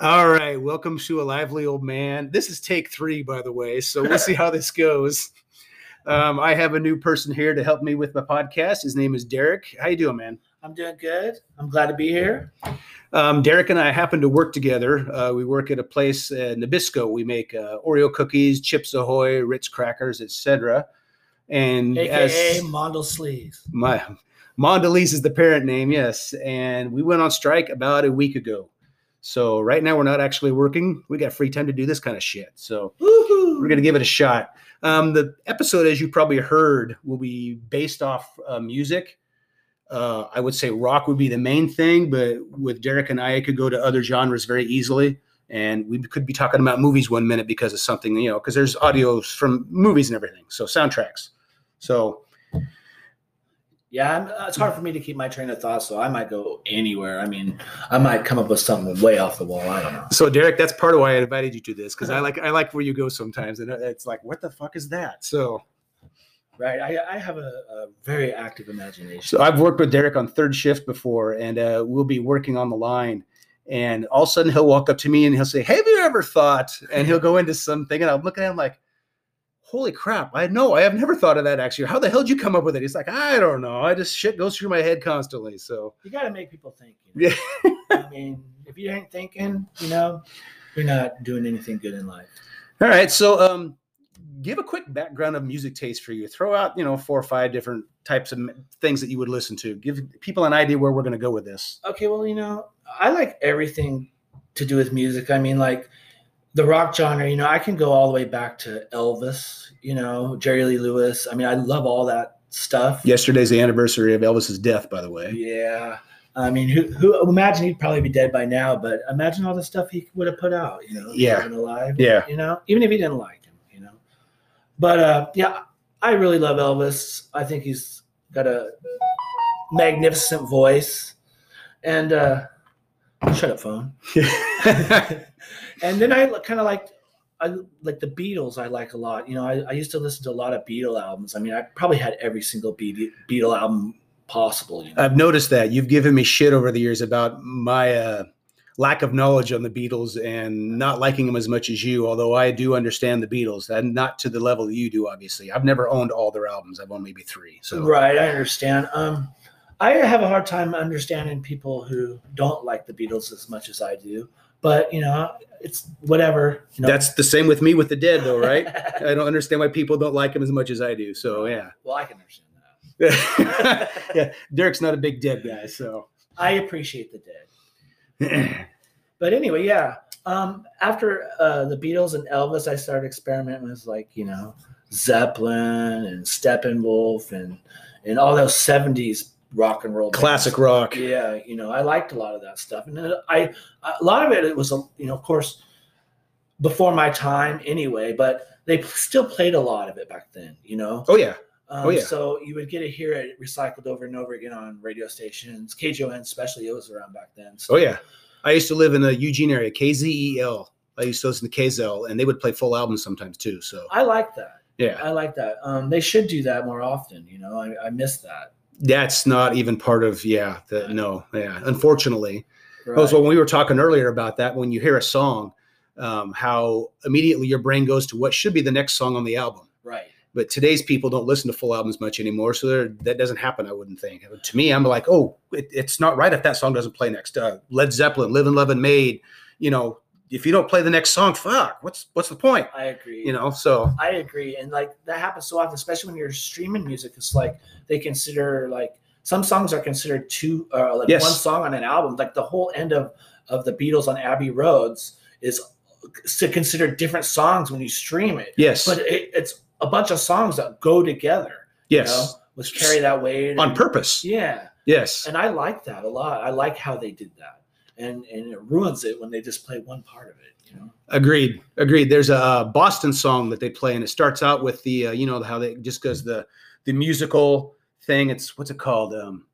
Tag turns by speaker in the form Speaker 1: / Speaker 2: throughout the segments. Speaker 1: All right, welcome to a lively old man. This is take three, by the way, so we'll see how this goes. Um, I have a new person here to help me with my podcast. His name is Derek. How you doing, man?
Speaker 2: I'm doing good. I'm glad to be here.
Speaker 1: Um, Derek and I happen to work together. Uh, we work at a place in Nabisco. We make uh, Oreo cookies, Chips Ahoy, Ritz crackers, etc. And
Speaker 2: AKA Mondel Sleeves.
Speaker 1: my Mondelez is the parent name, yes. And we went on strike about a week ago. So right now we're not actually working. We got free time to do this kind of shit. So we're
Speaker 2: Woohoo!
Speaker 1: gonna give it a shot. Um, the episode, as you probably heard, will be based off uh, music. Uh, I would say rock would be the main thing, but with Derek and I, it could go to other genres very easily. And we could be talking about movies one minute because of something, you know, because there's audios from movies and everything. So soundtracks. So
Speaker 2: Yeah, I'm, uh, it's hard for me to keep my train of thought, so I might go anywhere. I mean, I might come up with something way off the wall. I don't know.
Speaker 1: So Derek, that's part of why I invited you to this because I like I like where you go sometimes, and uh, it's like, what the fuck is that? So,
Speaker 2: Right? I, I have a, a very active imagination.
Speaker 1: so I've worked with Derek on third shift before, and uh, we'll be working on the line, and all of a sudden he'll walk up to me and he'll say, "Have you ever thought?" And he'll go into something, and I'm looking at him like, "Holy crap! I know I have never thought of that actually. How the hell did you come up with it?" He's like, "I don't know. I just shit goes through my head constantly." So
Speaker 2: You got to make people think. You
Speaker 1: yeah,
Speaker 2: know? I mean, if you ain't thinking, you know, you're not doing anything good in life.
Speaker 1: all right. So um, give a quick background of music taste for you. Throw out, you know, four or five different types of m- things that you would listen to. Give people an idea where we're going to go with this.
Speaker 2: okay well you know i like everything to do with music i mean like the rock genre you know i can go all the way back to elvis you know jerry lee lewis i mean i love all that stuff
Speaker 1: Yesterday's the anniversary of Elvis's death, by the way.
Speaker 2: yeah i mean who, who imagine he'd probably be dead by now but imagine all the stuff he would have put out you know
Speaker 1: Yeah.
Speaker 2: living alive
Speaker 1: Yeah.
Speaker 2: you know even if he didn't like him you know but uh yeah i really love elvis i think he's got a magnificent voice and uh shut up phone and then I kind of liked, I like the Beatles. I like a lot. You know, I, I used to listen to a lot of Beatle albums. I mean, I probably had every single Be- Beatle album possible. You know?
Speaker 1: I've noticed that you've given me shit over the years about my uh, lack of knowledge on the Beatles and not liking them as much as you. Although I do understand the Beatles, and not to the level you do, obviously. I've never owned all their albums. I've owned maybe three. So
Speaker 2: Right, I understand. Um, I have a hard time understanding people who don't like the Beatles as much as I do. But you know, it's whatever. You know?
Speaker 1: that's the same with me with the Dead, though, right? I don't understand why people don't like him as much as I do. So yeah,
Speaker 2: well, I can understand that.
Speaker 1: yeah. Derek's not a big dead guy, so
Speaker 2: I appreciate the dead. but anyway, yeah. Um, after uh, the Beatles and Elvis, I started experimenting with like you know Zeppelin and Steppenwolf and and all those '70s rock and roll bands.
Speaker 1: classic rock.
Speaker 2: Yeah, you know, I liked a lot of that stuff, and then I a lot of it, it was you know, of course, before my time anyway. But they still played a lot of it back then, you know.
Speaker 1: Oh yeah,
Speaker 2: Um,
Speaker 1: Oh, yeah.
Speaker 2: So you would get to hear it recycled over and over again on radio stations, KJON especially. It was around back then. So
Speaker 1: oh yeah. I used to live in the Eugene area, KZEL. I used to listen to KZEL, and they would play full albums sometimes too. So
Speaker 2: I like that.
Speaker 1: yeah,
Speaker 2: I like that. Um, they should do that more often. You know, I, I miss that.
Speaker 1: that's not even part of yeah. The, no, yeah. Unfortunately,
Speaker 2: Right.
Speaker 1: Oh, so when we were talking earlier about that, when you hear a song, um, how immediately your brain goes to what should be the next song on the album.
Speaker 2: right.
Speaker 1: but today's people don't listen to full albums much anymore so there- that doesn't happen i wouldn't think to me i'm like oh it, it's not right if that song doesn't play next uh, led zeppelin live and love and made you know if you don't play the next song fuck what's what's the point
Speaker 2: I agree.
Speaker 1: you know so
Speaker 2: I agree, and like that happens so often, especially when you're streaming music. It's like they consider like some songs are considered two, uh, like
Speaker 1: Yes.
Speaker 2: one song on an album. Like the whole end of of the Beatles on Abbey Roads is to consider different songs when you stream it,
Speaker 1: yes
Speaker 2: but it, it's a bunch of songs that go together.
Speaker 1: yes
Speaker 2: You know, with carry that weight
Speaker 1: on
Speaker 2: and-
Speaker 1: purpose
Speaker 2: Yeah.
Speaker 1: yes
Speaker 2: and I like that a lot. I like how they did that, and and it ruins it when they just play one part of it. You know,
Speaker 1: Agreed. Agreed. There's a uh, Boston song that they play, and it starts out with the uh, you know how they just goes the the musical thing. It's what's it called? Um,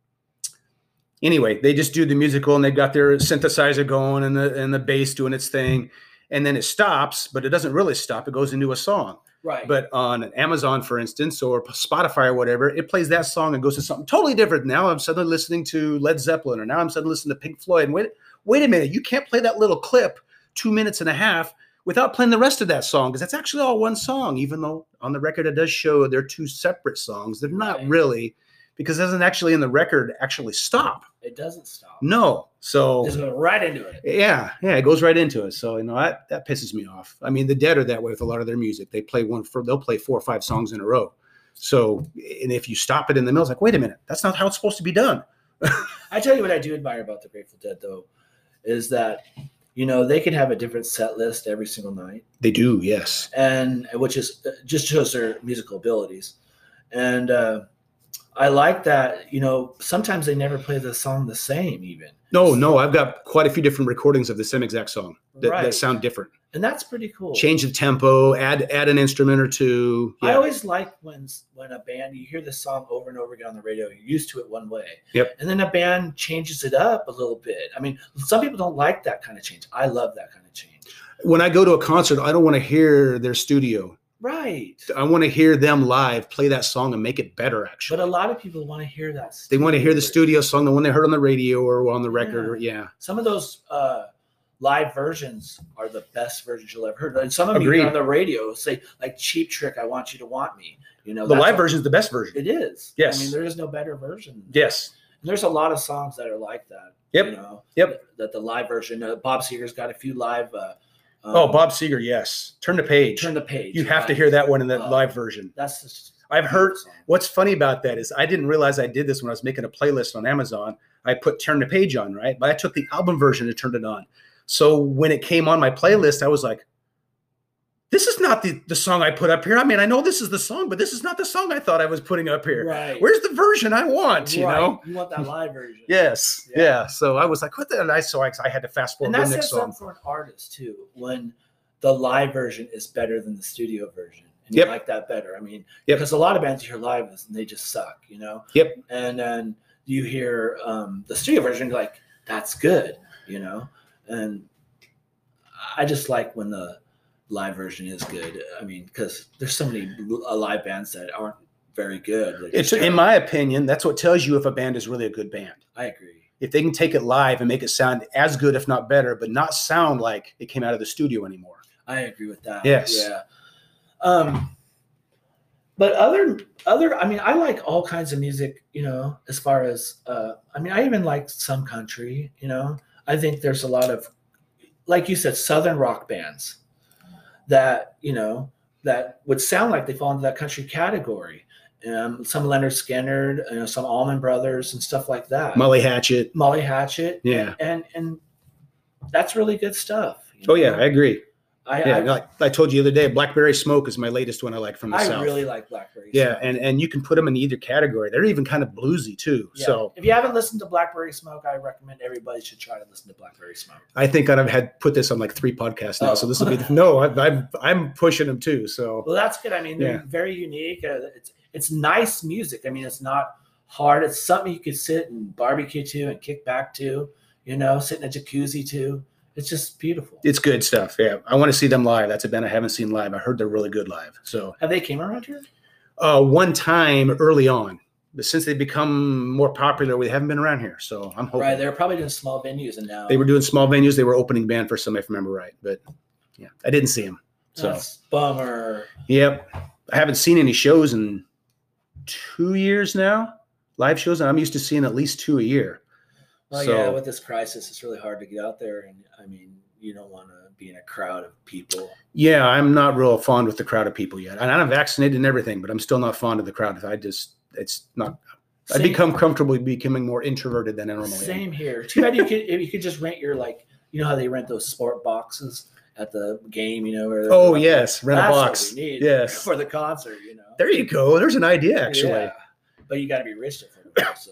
Speaker 1: anyway, they just do the musical, and they've got their synthesizer going, and the and the bass doing its thing, and then it stops, but it doesn't really stop. It goes into a song.
Speaker 2: right?
Speaker 1: But on Amazon, for instance, or Spotify or whatever, it plays that song and goes to something totally different. Now I'm suddenly listening to Led Zeppelin, or now I'm suddenly listening to Pink Floyd. And wait, wait a minute, you can't play that little clip two minutes and a half without playing the rest of that song because that's actually all one song. Even though on the record it does show they're two separate songs, they're not
Speaker 2: Right.
Speaker 1: really because it doesn't actually in the record actually stop.
Speaker 2: It doesn't stop.
Speaker 1: No, so
Speaker 2: Just go right into it.
Speaker 1: yeah, yeah, it goes right into it. So you know that that pisses me off. I mean, the Dead are that way with a lot of their music. They play one for they'll play four or five songs in a row. So and if you stop it in the middle, it's like wait a minute, that's not how it's supposed to be done.
Speaker 2: I tell you what I do admire about the Grateful Dead though, is that you know they can have a different set list every single night,
Speaker 1: They do, yes.
Speaker 2: and which is uh, just shows their musical abilities. And uh, I like that you know sometimes they never play the song the same even.
Speaker 1: No, no, I've got quite a few different recordings of the same exact song that,
Speaker 2: right.
Speaker 1: that sound different.
Speaker 2: and that's pretty cool.
Speaker 1: Change the tempo, add add an instrument or two.
Speaker 2: I
Speaker 1: Yeah.
Speaker 2: always like when s- when a band you hear the song over and over again on the radio, you're used to it one way.
Speaker 1: Yep.
Speaker 2: And then a band changes it up a little bit. I mean, some people don't like that kind of change. I love that kind of change.
Speaker 1: when I go to a concert, I don't want to hear their studio.
Speaker 2: Right.
Speaker 1: I want to hear them live, play that song, and make it better. Actually,
Speaker 2: But a lot of people want to hear that.
Speaker 1: they want to hear the
Speaker 2: version.
Speaker 1: studio song, the one they heard on the radio or on the record.
Speaker 2: Yeah.
Speaker 1: Or, yeah.
Speaker 2: Some of those uh, live versions are the best versions you'll ever hear. And some of them you
Speaker 1: Agreed.
Speaker 2: hear on the radio say like "Cheap Trick," "I Want You to Want Me." You know,
Speaker 1: the
Speaker 2: Oh, that's
Speaker 1: live
Speaker 2: a-
Speaker 1: version is the best version.
Speaker 2: It is.
Speaker 1: Yes.
Speaker 2: I mean, there is no better version.
Speaker 1: Yes.
Speaker 2: And there's a lot of songs that are like that.
Speaker 1: Yep.
Speaker 2: You know,
Speaker 1: Yep.
Speaker 2: That the live version. Uh, Bob Seger's got a few live. Uh, um,
Speaker 1: Oh, Bob Seger. Yes. Turn the page.
Speaker 2: Turn the page.
Speaker 1: you have to
Speaker 2: right?
Speaker 1: hear that one in that
Speaker 2: Uh,
Speaker 1: live version.
Speaker 2: That's just.
Speaker 1: I've heard.
Speaker 2: song.
Speaker 1: What's funny about that is I didn't realize I did this when I was making a playlist on Amazon. I put Turn the Page on, right? But I took the album version and turned it on. So when it came on my playlist, I was like, this is not the, the song I put up here. I mean, I know this is the song, but this is not the song I thought I was putting up here.
Speaker 2: Right.
Speaker 1: Where's the version I want? You
Speaker 2: Right.
Speaker 1: know?
Speaker 2: You want that live version.
Speaker 1: Yes. Yeah.
Speaker 2: Yeah.
Speaker 1: So I was like, what the? And I, so I, I had to fast forward
Speaker 2: And
Speaker 1: to
Speaker 2: that
Speaker 1: the next
Speaker 2: says
Speaker 1: song.
Speaker 2: something for an artist too. When the live version is better than the studio version, and
Speaker 1: Yep.
Speaker 2: you like that better. I mean,
Speaker 1: Yep.
Speaker 2: because a lot of bands you hear live and they just suck, you know.
Speaker 1: Yep.
Speaker 2: And then you hear um, the studio version, you're like that's good, you know. And I just like when the live version is good. I mean, because there's so many l- uh, live bands that aren't very good. They're
Speaker 1: It's,
Speaker 2: just
Speaker 1: in
Speaker 2: terrible.
Speaker 1: my opinion, that's what tells you if a band is really a good band.
Speaker 2: I agree.
Speaker 1: If they can take it live and make it sound as good, if not better, but not sound like it came out of the studio anymore.
Speaker 2: I agree with that.
Speaker 1: Yes.
Speaker 2: Yeah. Um, but other other, I mean, I like all kinds of music. You know, as far as uh, I mean, I even like some country. You know, I think there's a lot of, like you said, southern rock bands that you know that would sound like they fall into that country category. Um, some Leonard Skinner, you know, some Allman Brothers, and stuff like that.
Speaker 1: Molly Hatchet.
Speaker 2: Molly Hatchet,
Speaker 1: Yeah.
Speaker 2: and and that's really good stuff. you
Speaker 1: Oh yeah,
Speaker 2: know?
Speaker 1: I agree.
Speaker 2: I,
Speaker 1: Yeah,
Speaker 2: I,
Speaker 1: like I told you the other day, Blackberry Smoke is my latest one I like from the
Speaker 2: I
Speaker 1: south.
Speaker 2: really like Blackberry.
Speaker 1: yeah,
Speaker 2: Smoke.
Speaker 1: and and you can put them in either category. They're even kind of bluesy too.
Speaker 2: Yeah.
Speaker 1: So
Speaker 2: if you haven't listened to Blackberry Smoke, I recommend everybody should try to listen to Blackberry Smoke.
Speaker 1: I think I've had put this on like three podcasts now.
Speaker 2: Oh.
Speaker 1: So this will be no, I, I'm I'm pushing them too. So
Speaker 2: Well, that's good. I mean, they're
Speaker 1: Yeah.
Speaker 2: very unique. Uh, it's it's nice music. I mean, it's not hard. It's something you could sit and barbecue to and kick back to. You know, sit in a jacuzzi to. It's just beautiful.
Speaker 1: it's good stuff. Yeah, I want to see them live. That's a band I haven't seen live. I heard they're really good live. So
Speaker 2: Have they came around here?
Speaker 1: uh, one time early on, but since they've become more popular, we haven't been around here. So I'm hoping
Speaker 2: Right, they're probably doing small venues, and now
Speaker 1: Oh. they were doing small venues. They were opening band for some, if I remember right. But yeah, I didn't see them. So
Speaker 2: That's bummer.
Speaker 1: Yep. I haven't seen any shows in two years now, live shows, and I'm used to seeing at least two a year.
Speaker 2: Well,
Speaker 1: So-
Speaker 2: yeah, with this crisis, it's really hard to get out there, and I mean, you don't want to be in a crowd of people.
Speaker 1: Yeah, I'm not real fond with the crowd of people yet. And I'm vaccinated and everything, but I'm still not fond of the crowd. I just, it's not, I
Speaker 2: Same-
Speaker 1: become comfortable becoming more introverted than I normally am.
Speaker 2: Same here. Too bad you could if you could just rent your like you know how they rent those sport boxes at the game, you know. Or
Speaker 1: Oh, yes. Rent
Speaker 2: That's
Speaker 1: a
Speaker 2: what
Speaker 1: box.
Speaker 2: we need
Speaker 1: Yes.
Speaker 2: for the concert, you know.
Speaker 1: There you go. There's an idea, actually.
Speaker 2: Yeah. but you got to be rich to afford them, So,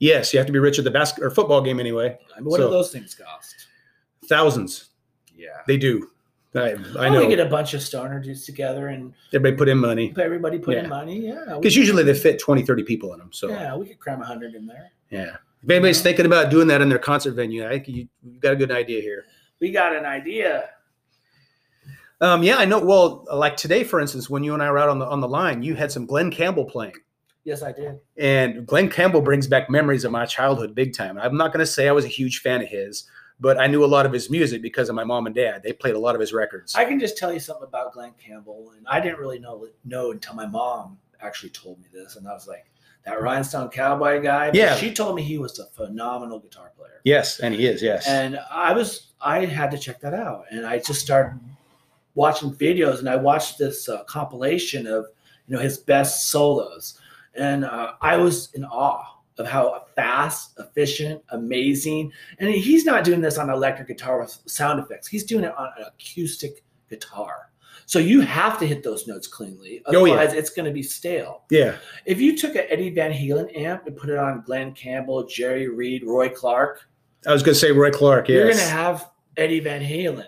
Speaker 1: Yes, you have to be rich at the basket or football game anyway.
Speaker 2: I mean, what
Speaker 1: So-
Speaker 2: do those things cost?
Speaker 1: Thousands.
Speaker 2: Yeah,
Speaker 1: They do. I, I
Speaker 2: Why don't
Speaker 1: know.
Speaker 2: Oh, We get a bunch of stoner dudes together and
Speaker 1: Everybody put in money
Speaker 2: everybody put
Speaker 1: Yeah.
Speaker 2: in money. Yeah, we
Speaker 1: because
Speaker 2: could-
Speaker 1: usually they fit 20, 30 people in them. So,
Speaker 2: Yeah, we could cram a hundred in there.
Speaker 1: Yeah. If anybody's
Speaker 2: Yeah.
Speaker 1: thinking about doing that in their concert venue, I think you, you got a good idea here.
Speaker 2: We got an idea.
Speaker 1: Um, yeah, I know. Well, like today, for instance, when you and I were out on the on the line, you had some Glenn Campbell playing,
Speaker 2: Yes, I did.
Speaker 1: and Glenn Campbell brings back memories of my childhood big time. I'm not going to say I was a huge fan of his, but I knew a lot of his music because of my mom and dad. They played a lot of his records.
Speaker 2: I can just tell you something about Glenn Campbell, and I didn't really know know until my mom actually told me this, and I was like, that Rhinestone Cowboy guy. But
Speaker 1: Yeah.
Speaker 2: she told me he was a phenomenal guitar player,
Speaker 1: yes, and he is. Yes.
Speaker 2: and I was I had to check that out, and I just started watching videos, and I watched this uh, compilation of you know his best solos, and uh, I was in awe. Of how fast, efficient, amazing, and he's not doing this on electric guitar with sound effects. He's doing it on an acoustic guitar, so you have to hit those notes cleanly.
Speaker 1: Oh, yeah.
Speaker 2: Otherwise, it's going to be stale.
Speaker 1: yeah.
Speaker 2: If you took an Eddie Van Halen amp and put it on Glenn Campbell, Jerry Reed, Roy Clark,
Speaker 1: I was going to say Roy Clark. Yes.
Speaker 2: you're going to have Eddie Van Halen,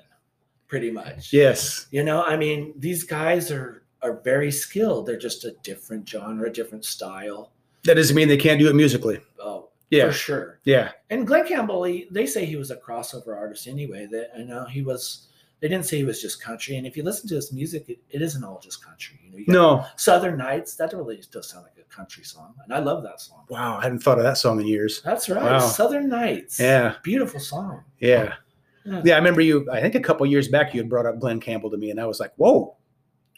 Speaker 2: pretty much.
Speaker 1: yes.
Speaker 2: You know, I mean, these guys are are very skilled. They're just a different genre, a different style.
Speaker 1: That doesn't mean they can't do it musically.
Speaker 2: Oh,
Speaker 1: Yeah.
Speaker 2: for sure.
Speaker 1: Yeah.
Speaker 2: And Glenn Campbell, he, they say he was a crossover artist anyway. That I know he was. They didn't say he was just country. And if you listen to his music, it, it isn't all just country. You know, you got
Speaker 1: No.
Speaker 2: Southern Nights. That really does sound like a country song, and I love that song.
Speaker 1: Wow. I hadn't thought of that song in years.
Speaker 2: That's right.
Speaker 1: Wow.
Speaker 2: Southern Nights.
Speaker 1: Yeah.
Speaker 2: Beautiful song.
Speaker 1: Yeah.
Speaker 2: Yeah.
Speaker 1: Yeah. I remember you, I think a couple years back, you had brought up Glenn Campbell to me, and I was like, whoa,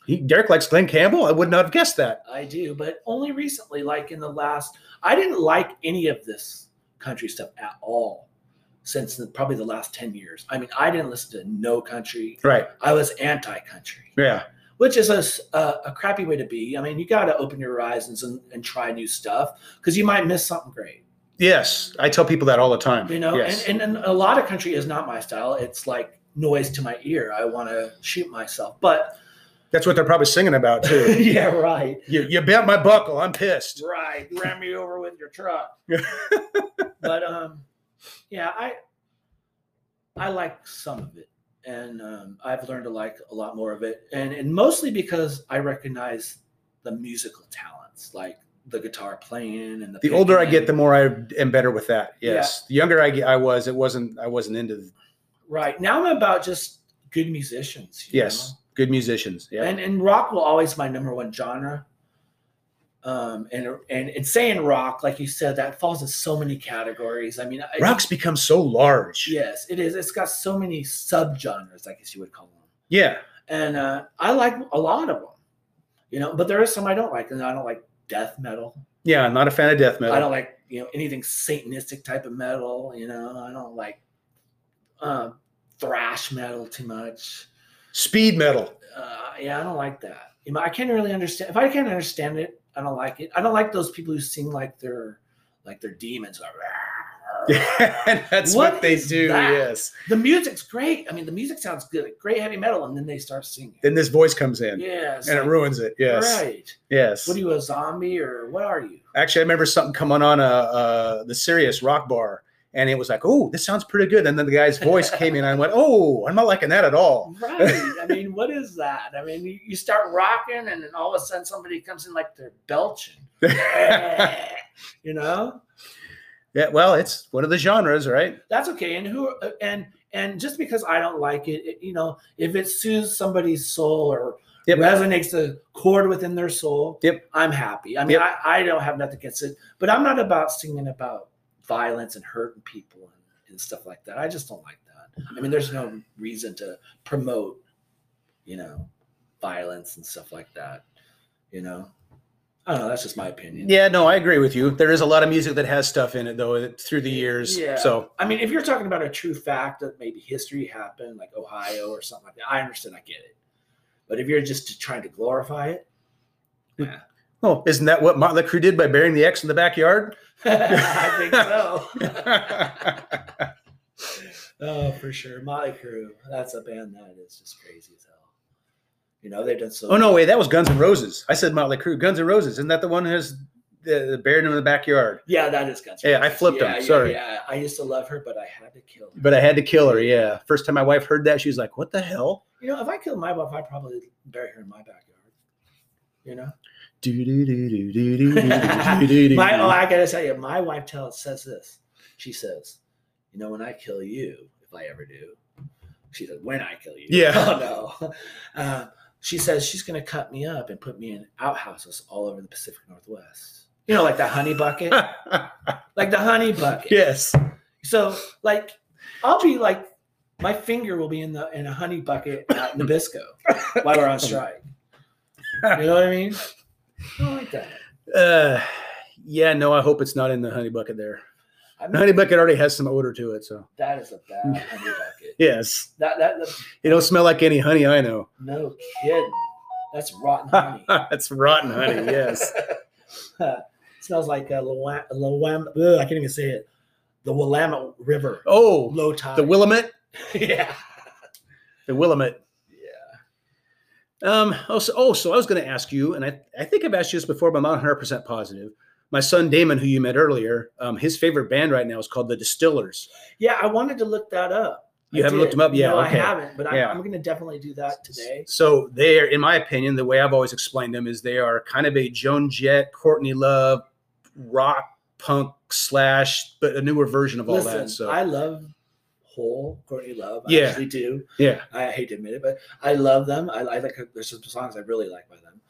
Speaker 1: he, Derek likes Glenn Campbell? I would not have guessed that.
Speaker 2: I do, but only recently, like in the last, I didn't like any of this country stuff at all since the, probably the last 10 years. I mean, I didn't listen to no country.
Speaker 1: Right.
Speaker 2: I was anti country,
Speaker 1: Yeah.
Speaker 2: which is a, s- a- a crappy way to be. I mean, you got to open your horizons and, and try new stuff because you might miss something great,
Speaker 1: Yes. I tell people that all the time.
Speaker 2: you know?
Speaker 1: yes.
Speaker 2: And, and, and a lot of country is not my style. It's like noise to my ear. I want to shoot myself, but
Speaker 1: That's what they're probably singing about, too.
Speaker 2: yeah, right.
Speaker 1: you, you bent my buckle. I'm pissed.
Speaker 2: Right, ram me over with your truck. but um, yeah, I I like some of it, and um, I've learned to like a lot more of it, and and mostly because I recognize the musical talents, like the guitar playing and the.
Speaker 1: The older I
Speaker 2: picking.
Speaker 1: get, the more I am better with that. Yes. The younger I get, I was, it wasn't, I wasn't into,
Speaker 2: right now I'm about just good musicians. you
Speaker 1: yes, good musicians.
Speaker 2: know?
Speaker 1: Yeah.
Speaker 2: and and rock will always my number one genre. Um, and, and and saying rock, like you said, that falls in so many categories. I mean, I-
Speaker 1: Rock's become so large.
Speaker 2: Yes, it is. It's got so many subgenres, I guess you would call them.
Speaker 1: Yeah.
Speaker 2: And uh, I like a lot of them, you know. But there are some I don't like, and I don't like death metal.
Speaker 1: Yeah. I'm not a fan of death metal.
Speaker 2: I don't like you know anything satanistic type of metal. You know, I don't like um, thrash metal too much.
Speaker 1: Speed metal.
Speaker 2: Uh, yeah, I don't like that. You know, I can't really understand. If I can't understand it, I don't like it. I don't like those people who sing like they're like they're demons.
Speaker 1: Yeah, that's what,
Speaker 2: What
Speaker 1: they
Speaker 2: is
Speaker 1: do.
Speaker 2: that?
Speaker 1: Yes.
Speaker 2: The music's great. I mean, the music sounds good, great heavy metal, and then they start singing.
Speaker 1: Then this voice comes in
Speaker 2: Yes.
Speaker 1: and it ruins it. Yes.
Speaker 2: Right.
Speaker 1: Yes.
Speaker 2: What are you, a zombie or what are you?
Speaker 1: Actually, I remember something coming on uh, uh, the Sirius rock bar and it was like, oh, this sounds pretty good. And then the guy's voice came in and I went, oh, I'm not liking that at all.
Speaker 2: Right. I mean, what is that? I mean, you, you start rocking, and then all of a sudden somebody comes in like they're belching.
Speaker 1: yeah.
Speaker 2: you know,
Speaker 1: Well, it's one of the genres, right?
Speaker 2: that's okay. And who and and just because I don't like it, it you know, if it soothes somebody's soul or
Speaker 1: Yep.
Speaker 2: resonates a chord within their soul,
Speaker 1: Yep.
Speaker 2: I'm happy. I mean,
Speaker 1: Yep.
Speaker 2: I, I don't have nothing against it, but I'm not about singing about violence and hurting people and, and stuff like that. I just don't like that. I mean, there's no reason to promote, you know, violence and stuff like that. You know, I don't know. That's just my opinion.
Speaker 1: Yeah, no, I agree with you. There is a lot of music that has stuff in it though that- through the years.
Speaker 2: Yeah.
Speaker 1: So
Speaker 2: I mean, if you're talking about a true fact that maybe history happened, like Ohio or something like that, I understand. I get it. But if you're just trying to glorify it,
Speaker 1: oh, isn't that what Motley Crue did by burying the X in the backyard?
Speaker 2: I think so. Oh, for sure. Motley Crue. That's a band that is just crazy as hell. You know, they've done so.
Speaker 1: Oh no, wait, that was Guns N' Roses. I said Motley Crue. Guns N' Roses. Isn't that the one who's uh, buried him in the backyard?
Speaker 2: Yeah, that is Guns. N'
Speaker 1: Yeah, I
Speaker 2: Roses.
Speaker 1: flipped 'em.
Speaker 2: Yeah, yeah,
Speaker 1: Sorry.
Speaker 2: Yeah, I used to love her, but I had to kill her.
Speaker 1: But I had to kill her. Yeah. First time my wife heard that, she was like, "What the hell?"
Speaker 2: You know, if I killed my wife, I'd probably bury her in my backyard. You know,
Speaker 1: Do do do do do do do do do.
Speaker 2: my oh, I gotta tell you, my wife tells says this. She says, "You know, when I kill you, if I ever do," she said, "When I kill you."
Speaker 1: Yeah.
Speaker 2: Oh no. Uh, she says she's gonna cut me up and put me in outhouses all over the Pacific Northwest. You know, like the honey bucket. like the honey bucket.
Speaker 1: yes.
Speaker 2: So, like, I'll be like, my finger will be in the in a honey bucket at Nabisco while we're on strike. You know what I mean? I don't like that.
Speaker 1: Uh, yeah, no, I hope it's not in the honey bucket there.
Speaker 2: I
Speaker 1: The
Speaker 2: mean,
Speaker 1: honey bucket already has some odor to it, so
Speaker 2: that is a bad honey bucket.
Speaker 1: yes,
Speaker 2: That, that that
Speaker 1: it don't smell like any honey I know.
Speaker 2: no kidding. That's rotten honey.
Speaker 1: it's rotten honey. Yes,
Speaker 2: smells like a Lawam. Lawam ugh, I can't even say it. The Willamette River.
Speaker 1: oh,
Speaker 2: Low tide.
Speaker 1: the Willamette,
Speaker 2: yeah.
Speaker 1: the Willamette.
Speaker 2: Yeah.
Speaker 1: Um, oh, so, oh, so I was going to ask you, and I, I think I've asked you this before, but I'm not 100% positive. My son Damon, who you met earlier, um, his favorite band right now is called The Distillers.
Speaker 2: Yeah, I wanted to look that up.
Speaker 1: You
Speaker 2: I
Speaker 1: haven't looked
Speaker 2: did.
Speaker 1: them up? Yeah,
Speaker 2: No, I
Speaker 1: okay.
Speaker 2: haven't, but I'm,
Speaker 1: Yeah.
Speaker 2: I'm going to definitely do that today.
Speaker 1: So they are, in my opinion, the way I've always explained them is they are kind of a Joan Jett, Courtney Love, rock punk slash, but a newer version of all
Speaker 2: Listen,
Speaker 1: that. So
Speaker 2: I love whole Courtney Love. I
Speaker 1: Yeah.
Speaker 2: actually do.
Speaker 1: yeah,
Speaker 2: I hate to admit it, but I love them. I, I like there's some songs I really like by them,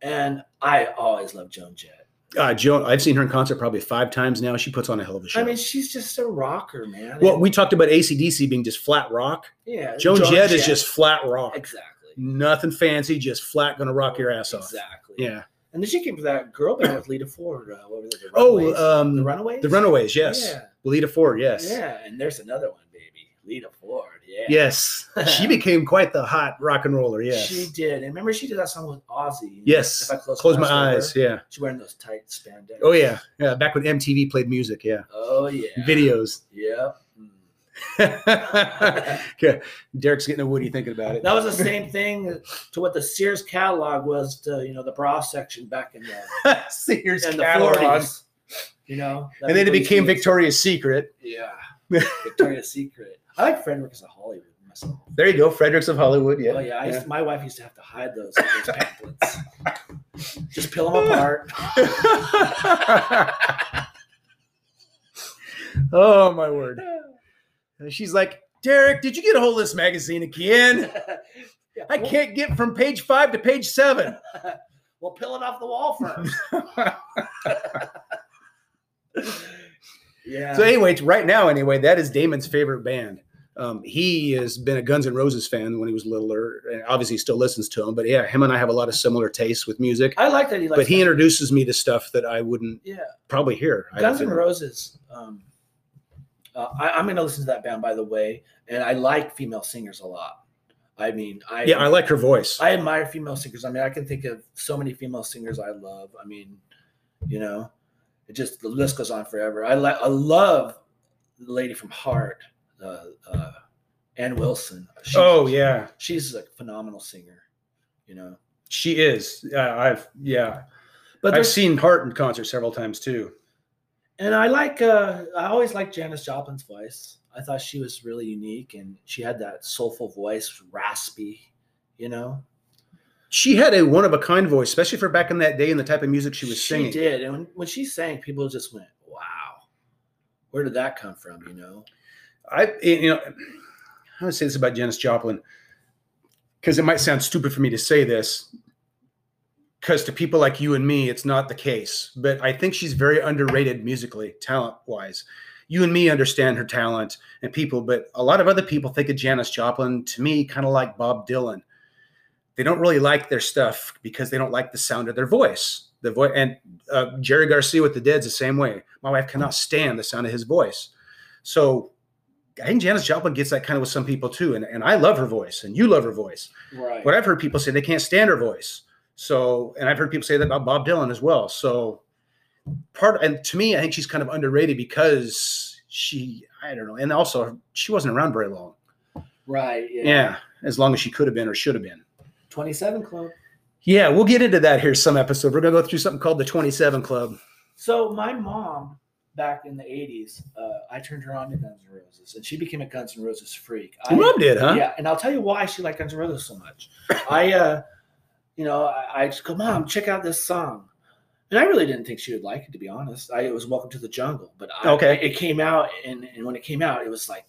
Speaker 2: and I always love Joan Jett.
Speaker 1: uh, Joan, I've seen her in concert probably five times now. She puts on a hell of a show.
Speaker 2: I mean, she's just a rocker, man.
Speaker 1: well, we talked about ACDC being just flat rock.
Speaker 2: yeah,
Speaker 1: Joan, Jett is just flat rock.
Speaker 2: exactly
Speaker 1: Nothing fancy, just flat, gonna rock your ass off.
Speaker 2: Exactly.
Speaker 1: Yeah.
Speaker 2: And then she came to that girl band with Lita Ford. Uh, what was it? The
Speaker 1: Oh,
Speaker 2: Runaways?
Speaker 1: um,
Speaker 2: the Runaways.
Speaker 1: the Runaways. Yes,
Speaker 2: Yeah.
Speaker 1: Lita Ford. Yes,
Speaker 2: Yeah, and there's another one, baby. Lita Ford. Yeah.
Speaker 1: yes. she became quite the hot rock and roller. Yes,
Speaker 2: She did. And remember, she did that song with Ozzy.
Speaker 1: yes.
Speaker 2: If I close,
Speaker 1: Close my eyes.
Speaker 2: Over.
Speaker 1: Yeah.
Speaker 2: She's wearing those tight spandex.
Speaker 1: Oh yeah. Yeah. Back when MTV played music. Yeah.
Speaker 2: Oh yeah.
Speaker 1: Videos.
Speaker 2: Yep. Mm.
Speaker 1: Yeah. Derek's getting a woody thinking about it.
Speaker 2: That was the same thing to what the Sears catalog was to you know the bra section back in the
Speaker 1: Sears
Speaker 2: in the
Speaker 1: catalog.
Speaker 2: forties. You know, that
Speaker 1: And then it
Speaker 2: people used to
Speaker 1: became
Speaker 2: use.
Speaker 1: Victoria's Secret.
Speaker 2: Yeah, Victoria's Secret. I like Frederick as a Hollywood myself.
Speaker 1: There you go, Fredericks of Hollywood. Yeah.
Speaker 2: Oh yeah, I used my wife used to have to hide those, those pamphlets. Just peel them apart.
Speaker 1: oh my word. And she's like, Derek, did you get a hold of this magazine again?
Speaker 2: Yeah,
Speaker 1: I
Speaker 2: well-
Speaker 1: can't get from page five to page seven.
Speaker 2: Well, peel it off the wall first. yeah.
Speaker 1: So anyway, right now, anyway, that is Damon's favorite band. Um, he has been a Guns N' Roses fan when he was littler, and obviously he still listens to them. But yeah, him and I have a lot of similar tastes with music.
Speaker 2: I like that he likes.
Speaker 1: But he introduces me to stuff that I wouldn't
Speaker 2: yeah.
Speaker 1: probably hear. I
Speaker 2: Guns N'
Speaker 1: feel.
Speaker 2: Roses. Um, uh, I, I'm going to listen to that band, by the way, and I like female singers a lot. I mean, I
Speaker 1: Yeah, I like her voice.
Speaker 2: I admire female singers. I mean, I can think of so many female singers I love. I mean, you know, it just the list goes on forever. I like I love the lady from Heart, uh, uh, Ann Wilson. She-
Speaker 1: oh yeah,
Speaker 2: she's a phenomenal singer. You know,
Speaker 1: she is. Uh, I've yeah,
Speaker 2: but
Speaker 1: I've
Speaker 2: there's
Speaker 1: seen Hart in concert several times too.
Speaker 2: And I like, uh, I always liked Janis Joplin's voice. I thought she was really unique and she had that soulful voice, raspy, you know?
Speaker 1: She had a one of a kind voice, especially for back in that day and the type of music she was singing.
Speaker 2: She did. And when, when she sang, people just went, wow, where did that come from, you know?
Speaker 1: I you know I would say this about Janis Joplin because it might sound stupid for me to say this because to people like you and me it's not the case but I think she's very underrated musically talent wise you and me understand her talent and people but a lot of other people think of Janis Joplin to me kind of like Bob Dylan they don't really like their stuff because they don't like the sound of their voice the voice and uh, Jerry Garcia with the Dead's the same way my wife cannot stand the sound of his voice so I think Janis Joplin gets that kind of with some people too. And, and I love her voice and you love her voice.
Speaker 2: Right.
Speaker 1: But I've heard people say they can't stand her voice. So, and I've heard people say that about Bob Dylan as well. So part, and to me, I think she's kind of underrated because she, I don't know. And also she wasn't around very long.
Speaker 2: Right.
Speaker 1: Yeah. as long as she could have been or should have been.
Speaker 2: 27 Club.
Speaker 1: Yeah. We'll get into that here some episode. We're going to go through something called the 27 club.
Speaker 2: So my mom back in the 80s, uh, I turned her on to Guns N' Roses and she became a Guns N' Roses freak. I,
Speaker 1: Your mom did, huh?
Speaker 2: Yeah, and I'll tell you why she liked Guns N' Roses so much. I, uh, you know, I, I just go, Mom, check out this song, and I really didn't think she would like it to be honest. I it was Welcome to the Jungle, but I,
Speaker 1: Okay.
Speaker 2: it came out, and, and when it came out, it was like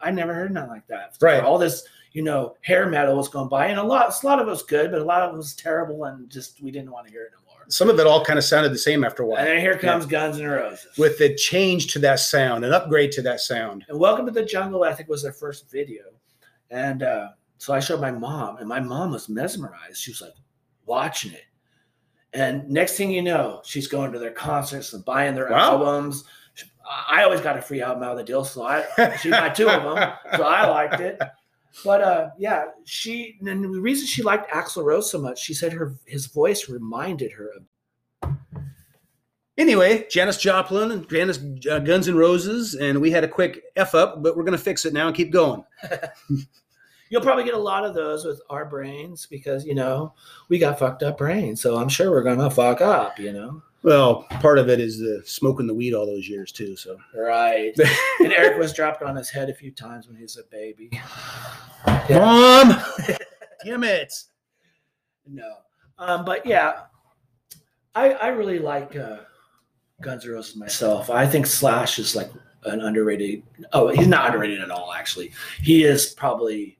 Speaker 2: I never heard nothing like that.
Speaker 1: Right.
Speaker 2: all this you know hair metal was going by, and a lot, a lot of it was good, but a lot of it was terrible, and just we didn't want to hear it no more.
Speaker 1: some of it all kind of sounded the same after a
Speaker 2: And
Speaker 1: while
Speaker 2: then here comes Guns N' Roses.
Speaker 1: with the change to that sound, an upgrade to that sound.
Speaker 2: and Welcome to the Jungle, I think was their first video. And uh, so I showed my mom, and my mom was mesmerized. She was like watching it. And next thing you know, she's going to their concerts and buying their
Speaker 1: Wow.
Speaker 2: albums. She- I I always got a free album out of the deal, so I she got two of them, so I liked it. But uh, yeah, she and the reason she liked Axl Rose so much, she said her his voice reminded her of
Speaker 1: Anyway, Janis Joplin and Janis uh, Guns and Roses, and we had a quick f up, but we're gonna fix it now and keep going.
Speaker 2: You'll probably get a lot of those with our brains because you know we got fucked up brains. So I'm sure we're gonna fuck up, you know.
Speaker 1: Well, part of it is the smoking the weed all those years too. So
Speaker 2: Right. and Eric was dropped on his head a few times when he was a baby. Yeah.
Speaker 1: mom, damn it.
Speaker 2: No. Um, but yeah, I I really like uh, Guns N' Roses myself. I think Slash is like an underrated. Oh, he's not underrated at all. Actually, he is probably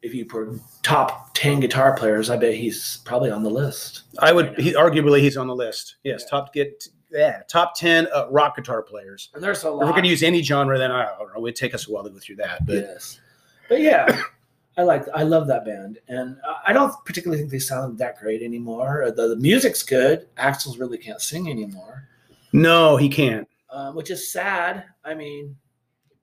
Speaker 2: if you put top ten guitar players, I bet he's probably on the list.
Speaker 1: I would
Speaker 2: right now.
Speaker 1: he, arguably he's on the list. Yes,
Speaker 2: Yeah.
Speaker 1: top get yeah top ten uh, rock guitar players.
Speaker 2: And there's a
Speaker 1: If
Speaker 2: lot.
Speaker 1: we're going to use any genre, then I don't know. It would take us a while to go through that. But
Speaker 2: yes. But yeah, I like I love that band, and I- I don't particularly think they sound that great anymore. Uh, The, the music's good. Axel's really can't sing anymore,
Speaker 1: no, he can't.
Speaker 2: um, which is sad. I mean,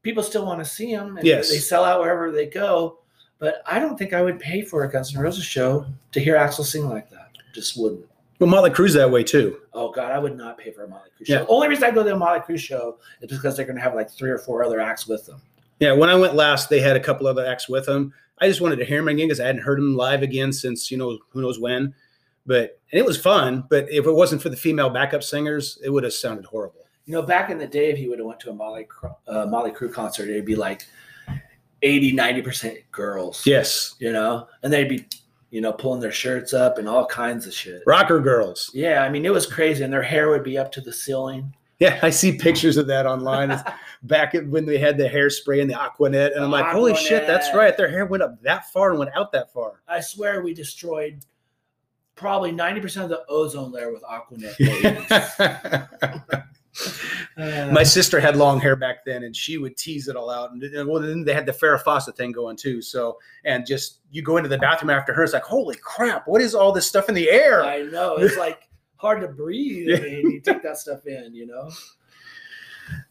Speaker 2: people still want to see him. And
Speaker 1: Yes.
Speaker 2: they sell out wherever they go. But I don't think I would pay for a Guns N' Roses show to hear Axel sing like that. Just wouldn't.
Speaker 1: Well, Motley Crue's that way too.
Speaker 2: Oh God, I would not pay for a Motley Crue
Speaker 1: Yeah.
Speaker 2: show. The only reason I go to a Motley Crue show is because they're going to have like three or four other acts with them.
Speaker 1: Yeah, when I went last, they had a couple other acts with him. I just wanted to hear him again because I hadn't heard him live again since you know who knows when. But and it was fun. But if it wasn't for the female backup singers, it would have sounded horrible.
Speaker 2: You know, back in the day, if you would have went to a Molly Cr- uh, Molly Crew concert, it'd be like 80, 90% girls.
Speaker 1: Yes,
Speaker 2: You know, and they'd be, you know, pulling their shirts up and all kinds of shit.
Speaker 1: rocker girls.
Speaker 2: Yeah, I mean, it was crazy. And their hair would be up to the ceiling.
Speaker 1: Yeah, I see pictures of that online. It's back at- when they had the hairspray and the Aquanet, and I'm like, holy shit, that's
Speaker 2: Aquanet.
Speaker 1: right. Their hair went up that far and went out that far.
Speaker 2: I swear we destroyed probably 90% of the ozone layer with Aquanet. babies. Uh,
Speaker 1: My sister had long hair back then, and she would tease it all out. And and, well, then they had the Farrah Fawcett thing going too. So, and just you go into the bathroom after her, it's like, holy crap, what is all this stuff in the air?
Speaker 2: I know. It's like hard to breathe. I mean, you take that stuff in, you know?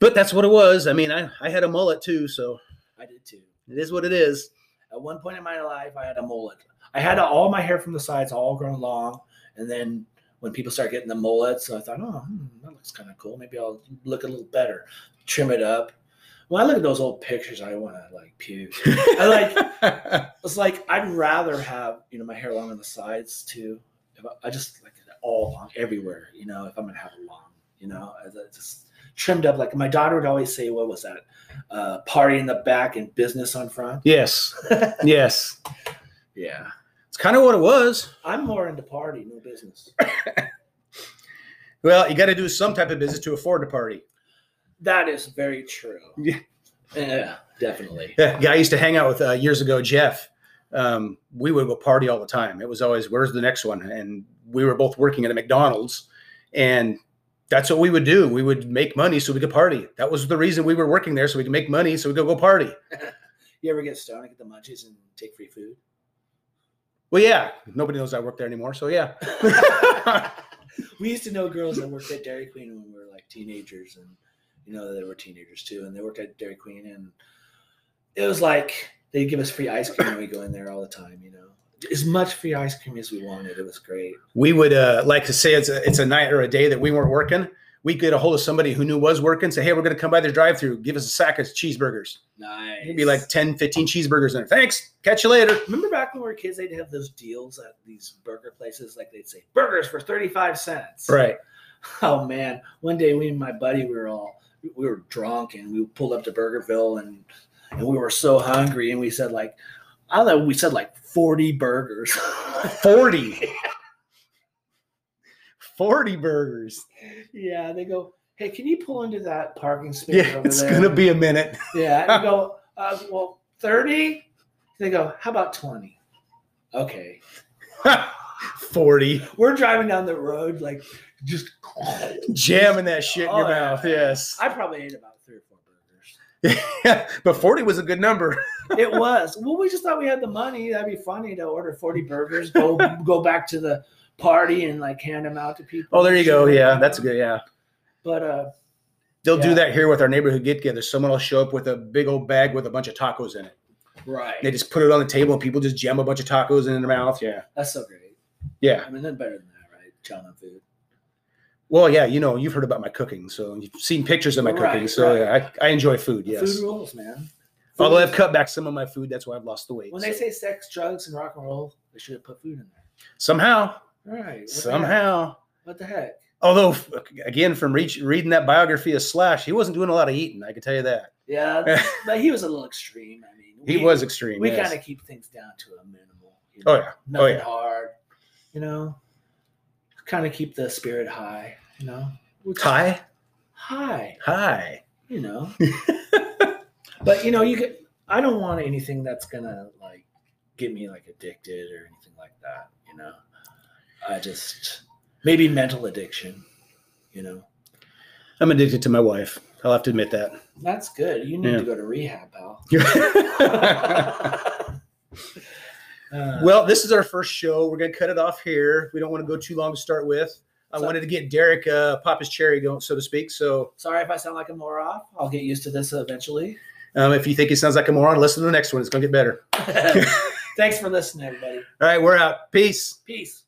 Speaker 1: But that's what it was. I mean, I, I had a mullet too, so
Speaker 2: I did too.
Speaker 1: it is what it is.
Speaker 2: At one point in my life, I had a mullet. I had all my hair from the sides all grown long, and then when people start getting the mullets, I thought, oh, hmm, that looks kind of cool. Maybe I'll look a little better, trim it up. When I look at those old pictures, I want to like puke. I like. It's like I'd rather have you know my hair long on the sides too. If I, I just like it all long everywhere, you know. If I'm gonna have it long, you know, as I just trimmed up. Like my daughter would always say, "What was that? Uh, party in the back and business on front."
Speaker 1: yes, yes,
Speaker 2: Yeah.
Speaker 1: it's kind of what it was.
Speaker 2: I'm more into party, no business.
Speaker 1: Well, you got to do some type of business to afford to party.
Speaker 2: That is very true.
Speaker 1: Yeah.
Speaker 2: Yeah, definitely.
Speaker 1: Yeah, guy I used to hang out with uh, years ago, Jeff. Um, we would go party all the time. It was always, "Where's the next one?" And we were both working at a McDonald's, and that's what we would do. We would make money so we could party. That was the reason we were working there, so we could make money so we could go party.
Speaker 2: You ever get stoned and get the munchies and take free food?
Speaker 1: Well, yeah, nobody knows I work there anymore, so yeah.
Speaker 2: we used to know girls that worked at Dairy Queen when we were like teenagers, and you know they were teenagers too, and they worked at Dairy Queen, and it was like they give us free ice cream when we go in there all the time. You know, as much free ice cream as we wanted. It was great.
Speaker 1: we would uh, like to say it's a, it's a night or a day that we weren't working. We get a hold of somebody who knew was working, say, "Hey, we're going to come by the drive-through. Give us a sack of cheeseburgers."
Speaker 2: Nice.
Speaker 1: It'd be like 10, 15 cheeseburgers in there. Thanks. Catch you later.
Speaker 2: Remember back when we were kids, they'd have those deals at these burger places. Like they'd say, burgers for 35 cents.
Speaker 1: Right.
Speaker 2: Oh, man. One day, we and my buddy, we were all, we were drunk and we pulled up to Burgerville and, and we were so hungry. And we said, like, I don't know, we said like 40 burgers.
Speaker 1: 40. 40 burgers.
Speaker 2: yeah. They go, hey, can you pull into that parking space
Speaker 1: Yeah,
Speaker 2: over
Speaker 1: it's
Speaker 2: there?
Speaker 1: going to be a minute.
Speaker 2: Yeah. And we go, uh, well, 30? They go, how about 20? Okay.
Speaker 1: Forty
Speaker 2: We're driving down the road, like just.
Speaker 1: jamming that shit in your
Speaker 2: Oh, yeah.
Speaker 1: mouth. Yes,
Speaker 2: I probably ate about three or four burgers.
Speaker 1: but forty was a good number.
Speaker 2: It was well. We just thought we had the money. That'd be funny to order forty burgers. Go go back to the party and like hand them out to people.
Speaker 1: Oh, there you go. Yeah, that's good. Yeah.
Speaker 2: But uh,
Speaker 1: They'll do
Speaker 2: Yeah.
Speaker 1: that here with our neighborhood get-together. Someone will show up with a big old bag with a bunch of tacos in it. They
Speaker 2: right.
Speaker 1: just put it on the table and people just jam a bunch of tacos in their mouth. Yeah,
Speaker 2: That's so great.
Speaker 1: yeah.
Speaker 2: I mean, nothing better than that, right? China food.
Speaker 1: Well, yeah. You know, you've heard about my cooking, so you've seen pictures of my
Speaker 2: Right,
Speaker 1: cooking. So
Speaker 2: right.
Speaker 1: yeah, I, I enjoy food. Yes.
Speaker 2: Food rules, man.
Speaker 1: Although
Speaker 2: Food-
Speaker 1: I've cut back some of my food, that's why I've lost the weight.
Speaker 2: when they
Speaker 1: so.
Speaker 2: say sex, drugs, and rock and roll, they should have put food in there.
Speaker 1: somehow,
Speaker 2: All right. what the heck?
Speaker 1: somehow.
Speaker 2: What the heck?
Speaker 1: Although, f- again, from reach, reading that biography of Slash, he wasn't doing a lot of eating. I can tell you that.
Speaker 2: Yeah, but he was a little extreme. I mean,
Speaker 1: He
Speaker 2: we-
Speaker 1: was extreme.
Speaker 2: We
Speaker 1: yes.
Speaker 2: kind of keep things down to a minimal. You
Speaker 1: Oh
Speaker 2: know?
Speaker 1: yeah.
Speaker 2: Nothing
Speaker 1: Oh yeah.
Speaker 2: hard. You know, kind of keep the spirit high. You know, Which-
Speaker 1: Hi.
Speaker 2: high.
Speaker 1: Hi.
Speaker 2: You know, but you know, you could. I don't want anything that's gonna like get me like addicted or anything like that. You know, I just maybe mental addiction. You know,
Speaker 1: I'm addicted to my wife. I'll have to admit that.
Speaker 2: that's good. You need
Speaker 1: Yeah.
Speaker 2: to go to rehab, pal. Uh,
Speaker 1: well, this is our first show. We're gonna cut it off here. We don't want to go too long to start with. I
Speaker 2: So-
Speaker 1: wanted to get Derek uh, pop his cherry, going, so to speak. So,
Speaker 2: Sorry if I sound like a moron. I'll get used to this eventually.
Speaker 1: um, if you think he sounds like a moron, listen to the next one. It's gonna get better.
Speaker 2: Thanks for listening, everybody.
Speaker 1: All right, we're out. Peace.
Speaker 2: Peace.